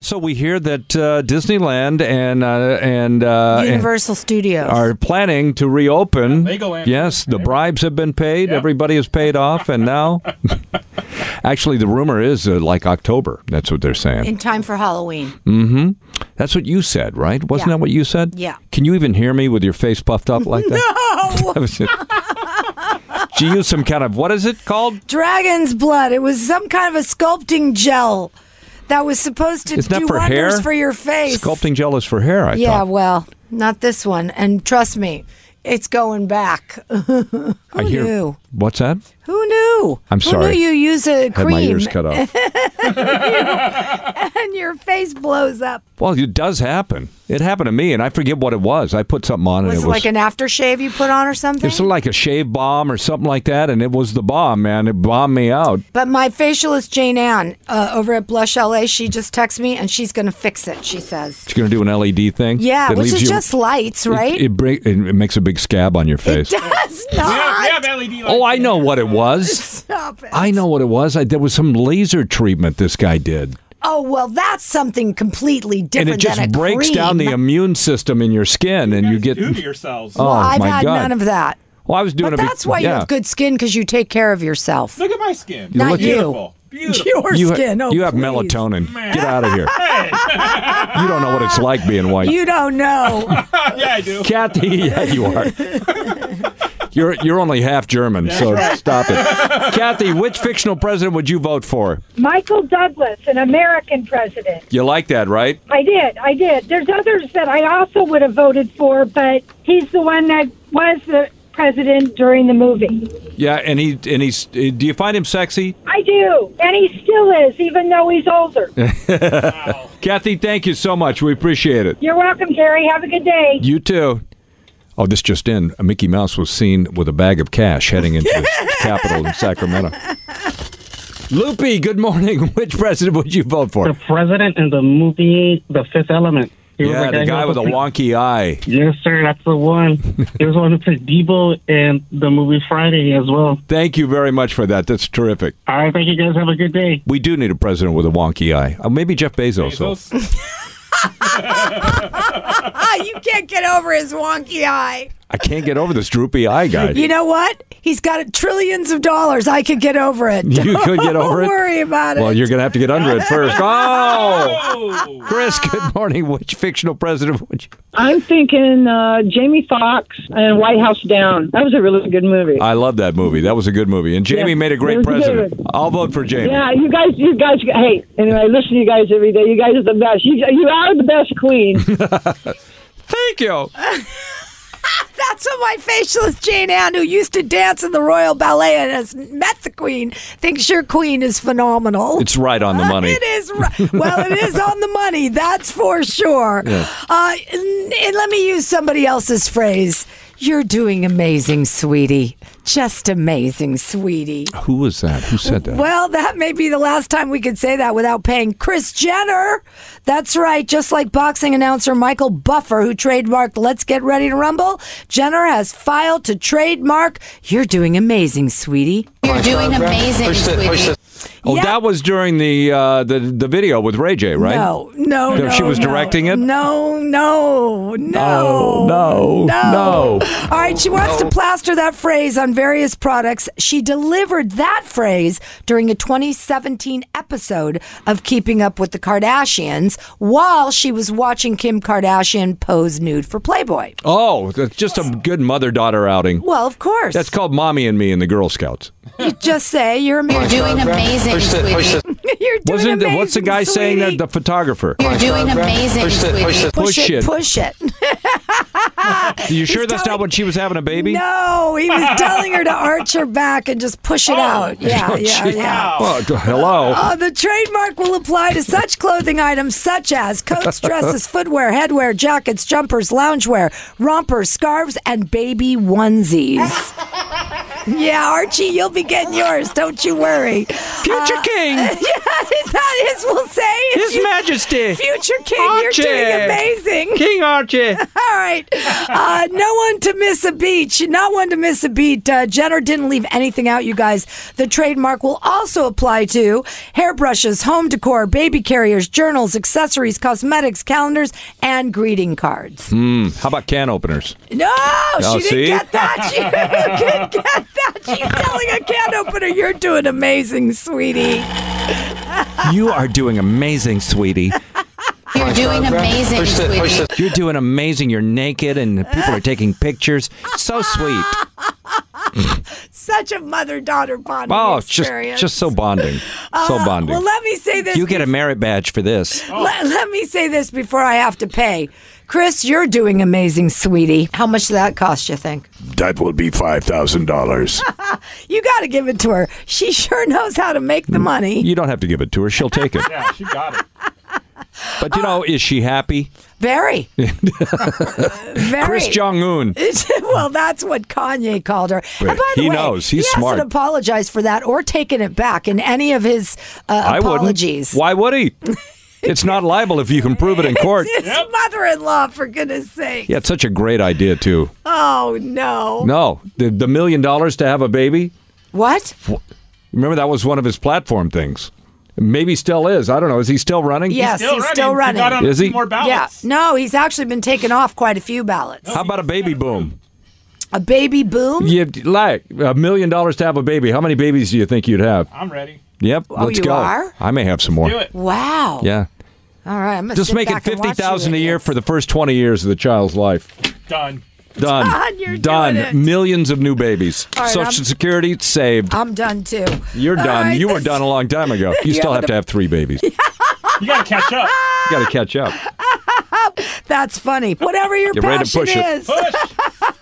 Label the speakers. Speaker 1: So we hear that uh, Disneyland and uh, and uh,
Speaker 2: Universal Studios.
Speaker 1: are planning to reopen.
Speaker 3: Legoland.
Speaker 1: yes, the bribes have been paid. Everybody is paid off, and now, actually, the rumor is uh, like October. That's what they're saying.
Speaker 2: in time for Halloween.
Speaker 1: That's what you said, right? Wasn't
Speaker 2: Yeah.
Speaker 1: that what you said?
Speaker 2: Yeah.
Speaker 1: Can you even hear me with your face puffed up like that?
Speaker 2: Oh,
Speaker 1: That was it. she used some kind of what is it called?
Speaker 2: dragon's blood. It was some kind of a sculpting gel that was supposed to
Speaker 1: It's
Speaker 2: do
Speaker 1: not for hair.
Speaker 2: wonders for your face.
Speaker 1: Sculpting gel is for hair. I
Speaker 2: Yeah,
Speaker 1: thought.
Speaker 2: well, not this one. And trust me, it's going back.
Speaker 1: I hear.
Speaker 2: knew?
Speaker 1: What's that?
Speaker 2: Who knew?
Speaker 1: I'm
Speaker 2: Who
Speaker 1: sorry.
Speaker 2: knew you use a
Speaker 1: Had my
Speaker 2: cream
Speaker 1: ears cut off.
Speaker 2: and your face blows up?
Speaker 1: Well, it does happen. It happened to me, and I forget what it was. I put something on, and it
Speaker 2: Was it,
Speaker 1: was
Speaker 2: like an aftershave you put on or something?
Speaker 1: it's like a shave bomb or something like that, and it was the bomb, man. It bombed me out.
Speaker 2: But my facialist Jane Ann uh, over at Blush LA, she just texts me and she's going to fix it. She says,
Speaker 1: It's gonna do an LED thing.
Speaker 2: "Yeah,
Speaker 1: that
Speaker 2: which
Speaker 1: leaves
Speaker 2: is
Speaker 1: you-
Speaker 2: just lights,
Speaker 1: it-
Speaker 2: right?"
Speaker 1: It, bri- it, it makes a big scab on your face.
Speaker 2: does
Speaker 3: We
Speaker 2: not.
Speaker 3: have, we have E LED lights.
Speaker 1: Oh, I know what it was.
Speaker 2: Stop it.
Speaker 1: I know what it was. I, there was some laser treatment this guy did,
Speaker 2: Oh well, that's something completely
Speaker 1: and
Speaker 2: different.
Speaker 1: it just
Speaker 2: than a
Speaker 1: breaks down the
Speaker 2: cream.
Speaker 1: immune system in your skin, and you get.
Speaker 3: do to yourselves.
Speaker 1: Oh
Speaker 2: I've
Speaker 1: my
Speaker 2: had
Speaker 1: God!
Speaker 2: none of that.
Speaker 1: well, I was doing
Speaker 2: But
Speaker 1: it. be-
Speaker 2: that's why you
Speaker 1: yeah.
Speaker 2: have good skin because you take care of yourself.
Speaker 3: Look at my skin.
Speaker 2: Not Look at- you.
Speaker 3: Beautiful. Beautiful.
Speaker 2: Your
Speaker 1: You, ha-
Speaker 2: skin. oh,
Speaker 1: you have
Speaker 2: please.
Speaker 1: melatonin. Get out of here. you don't know what it's like being white.
Speaker 2: You don't know.
Speaker 3: yeah, I do.
Speaker 1: Kathy, yeah, you are. You're you're only half German, so stop it. Kathy, which fictional president would you vote for?
Speaker 4: Michael Douglas, an American president.
Speaker 1: You like that, right?
Speaker 4: I did. I did. There's others that I also would have voted for, but he's the one that was the president during the movie.
Speaker 1: Yeah, and he and he's. uh, Do you find him sexy,
Speaker 4: I do. And he still is, even though he's older.
Speaker 1: Kathy? Thank you so much. We appreciate it.
Speaker 4: You're welcome, Terry. Have a good day.
Speaker 1: You too. Oh, this just in: Mickey Mouse was seen with a bag of cash heading into the capital in Sacramento. Loopy, good morning. Which president would you vote for?
Speaker 5: the president in the movie The Fifth Element. He was
Speaker 1: Yeah, the
Speaker 5: who
Speaker 1: guy with
Speaker 5: was
Speaker 1: a
Speaker 5: the-
Speaker 1: wonky eye.
Speaker 5: Yes, sir, that's the one. he was the one who played Debo in the movie Friday as well.
Speaker 1: Thank you very much for that. That's terrific.
Speaker 5: All right, thank you guys. Have a good day.
Speaker 1: We do need a president with a wonky eye. Uh, maybe Jeff Bezos. though.
Speaker 3: Bezos.
Speaker 2: Ah, you can't get over his wonky eye.
Speaker 1: I can't get over this droopy eye guy.
Speaker 2: You know what? He's got trillions of dollars. I could get over it.
Speaker 1: You could get over
Speaker 2: Don't
Speaker 1: it.
Speaker 2: worry about it.
Speaker 1: Well, you're going to have to get under it first. Oh,
Speaker 3: Oh.
Speaker 1: Chris. Good morning. Which fictional president would you?
Speaker 6: I'm thinking uh, Jamie Foxx and White House Down. That was a really good movie.
Speaker 1: I love that movie. That was a good movie, and Jamie
Speaker 6: Yeah,
Speaker 1: made a
Speaker 6: it
Speaker 1: great
Speaker 6: was
Speaker 1: president.
Speaker 6: good.
Speaker 1: I'll vote for Jamie.
Speaker 6: yeah, you guys, you guys. Hey, anyway, I listen to you guys every day. You guys are the best. You, you are the best queen.
Speaker 1: Thank you.
Speaker 2: That's what my facialist Jane Ann, who used to dance in the Royal Ballet and has met the Queen, thinks your Queen is phenomenal.
Speaker 1: It's right on the
Speaker 2: Uh,
Speaker 1: money.
Speaker 2: It is. ri- Well, it is on the money. That's for sure. Uh, n- and let me use somebody else's phrase. You're doing amazing, sweetie. Just amazing, sweetie.
Speaker 1: Who was that? Who said that?
Speaker 2: Well, that may be the last time we could say that without paying Chris Jenner. That's right. Just like boxing announcer Michael Buffer, who trademarked Let's Get Ready to Rumble, Jenner has filed to trademark You're Doing Amazing, Sweetie.
Speaker 7: You're doing amazing, sweetie.
Speaker 1: Oh,
Speaker 2: yeah.
Speaker 1: that was during the uh, the the video with Ray J, right?
Speaker 2: No, no,
Speaker 1: No,
Speaker 2: no.
Speaker 1: she was
Speaker 2: no.
Speaker 1: directing it? Oh,
Speaker 2: No, no, no.
Speaker 1: no, no.
Speaker 2: All right, she wants to plaster that phrase on various products. She delivered that phrase during a 2017 episode of Keeping Up with the Kardashians while she was watching Kim Kardashian pose nude for Playboy.
Speaker 1: Oh, that's just a good mother daughter outing.
Speaker 2: Well, of course.
Speaker 1: That's called Mommy and Me and the Girl Scouts.
Speaker 2: you just say you're
Speaker 7: You're
Speaker 2: amazing.
Speaker 7: doing amazing, sweetie.
Speaker 2: you're doing
Speaker 1: Wasn't it?
Speaker 2: amazing,
Speaker 1: What's the guy saying
Speaker 2: sweetie.
Speaker 1: that? The photographer.
Speaker 7: You're doing amazing, sweetie.
Speaker 2: Push,
Speaker 1: Push
Speaker 2: it,
Speaker 1: it.
Speaker 2: push it.
Speaker 1: you sure
Speaker 2: He's
Speaker 1: that's
Speaker 2: telling-
Speaker 1: not when she was having a baby?
Speaker 2: No, he was telling her to arch her back and just push it out. Yeah,
Speaker 1: Oh,
Speaker 2: yeah,
Speaker 1: gee.
Speaker 2: yeah.
Speaker 1: Oh, d- hello.
Speaker 2: Uh, the trademark will apply to such clothing items such as coats, dresses, footwear, headwear, jackets, jumpers, loungewear, rompers, scarves, and baby onesies. Yeah, Archie, you'll be getting yours. Don't you worry. Uh,
Speaker 1: Future King,
Speaker 2: Yeah, that is, we'll say. it's
Speaker 1: His Majesty,
Speaker 2: Future King, you're doing
Speaker 1: Archie.
Speaker 2: amazing.
Speaker 1: King Archie.
Speaker 2: All All right. Uh, no one to miss a beat. Not one to miss a beat. Uh, Jenner didn't leave anything out, you guys. The trademark will also apply to hairbrushes, home decor, baby carriers, journals, accessories, cosmetics, calendars, and greeting cards.
Speaker 1: How about can openers?
Speaker 2: No, she
Speaker 1: Hmm.
Speaker 2: didn't
Speaker 1: Oh, see?
Speaker 2: get that. She didn't get that. She's telling a can opener, you're doing amazing, sweetie.
Speaker 1: You are doing amazing, sweetie.
Speaker 7: You're doing amazing, sweetie.
Speaker 1: You're doing amazing. You're naked and people are taking pictures. So sweet.
Speaker 2: Such a mother daughter bonding
Speaker 1: Oh, it's just
Speaker 2: experience.
Speaker 1: just so bonding. So
Speaker 2: Uh,
Speaker 1: bonding.
Speaker 2: Well, let me say this.
Speaker 1: you get a merit badge for this.
Speaker 2: Let, let me say this before I have to pay. Chris, you're doing amazing, sweetie. How much did that cost you think?
Speaker 1: That will be five thousand dollars.
Speaker 2: You got to give it to her. She sure knows how to make the money.
Speaker 1: You don't have to give it to her. She'll take it.
Speaker 3: Yeah, she got it.
Speaker 1: But you know, is she happy?
Speaker 2: Very. Very.
Speaker 1: Chris Jong Un.
Speaker 2: well, that's what Kanye called her.
Speaker 1: Wait,
Speaker 2: and by the
Speaker 1: he
Speaker 2: way,
Speaker 1: knows.
Speaker 2: he
Speaker 1: He's smart.
Speaker 2: hasn't apologized for that or taken it back in any of his uh,
Speaker 1: I wouldn't.
Speaker 2: apologies.
Speaker 1: Why would he? It's not liable if you can prove it in court.
Speaker 2: His mother-in-law, for goodness' sake!
Speaker 1: Yeah, it's such a great idea too.
Speaker 2: Oh no!
Speaker 1: No, the, the million dollars to have a baby.
Speaker 2: What?
Speaker 1: Remember that was one of his platform things. Maybe still is. I don't know. Is he still running?
Speaker 2: Yes,
Speaker 3: Still
Speaker 2: he's
Speaker 3: running.
Speaker 2: still running.
Speaker 3: He got on
Speaker 1: Is
Speaker 3: a few
Speaker 1: he?
Speaker 3: more
Speaker 2: Yeah.
Speaker 3: ballots.
Speaker 2: No, he's actually been taken off quite a few ballots.
Speaker 1: How about a baby boom?
Speaker 2: A baby boom?
Speaker 1: You like a million dollars to have a baby. How many babies do you think you'd have?
Speaker 3: I'm ready.
Speaker 1: Yep, let's
Speaker 2: Oh, you
Speaker 1: go.
Speaker 2: are?
Speaker 1: I may have some more.
Speaker 3: Do it.
Speaker 2: Wow.
Speaker 1: Yeah,
Speaker 2: All right. I'm gonna
Speaker 1: just
Speaker 2: sit
Speaker 1: make it
Speaker 2: back and watch
Speaker 1: fifty thousand
Speaker 2: you
Speaker 1: a year
Speaker 2: idiots.
Speaker 1: for the first twenty years of the child's life.
Speaker 3: Done.
Speaker 1: Done.
Speaker 2: Done. You're doing
Speaker 1: Done.
Speaker 2: it.
Speaker 1: Millions of new babies.
Speaker 2: right,
Speaker 1: Social
Speaker 2: I'm-
Speaker 1: Security saved.
Speaker 2: I'm done too.
Speaker 1: You're
Speaker 2: All
Speaker 1: done.
Speaker 2: right,
Speaker 1: you were
Speaker 2: this-
Speaker 1: done a long time ago. You still
Speaker 2: Yeah,
Speaker 1: have
Speaker 2: but-
Speaker 1: to have three babies. You
Speaker 3: You got to catch up.
Speaker 1: got to catch up.
Speaker 2: That's funny. Whatever your
Speaker 1: Get ready to
Speaker 2: passion
Speaker 1: push it.
Speaker 2: is.
Speaker 3: Push.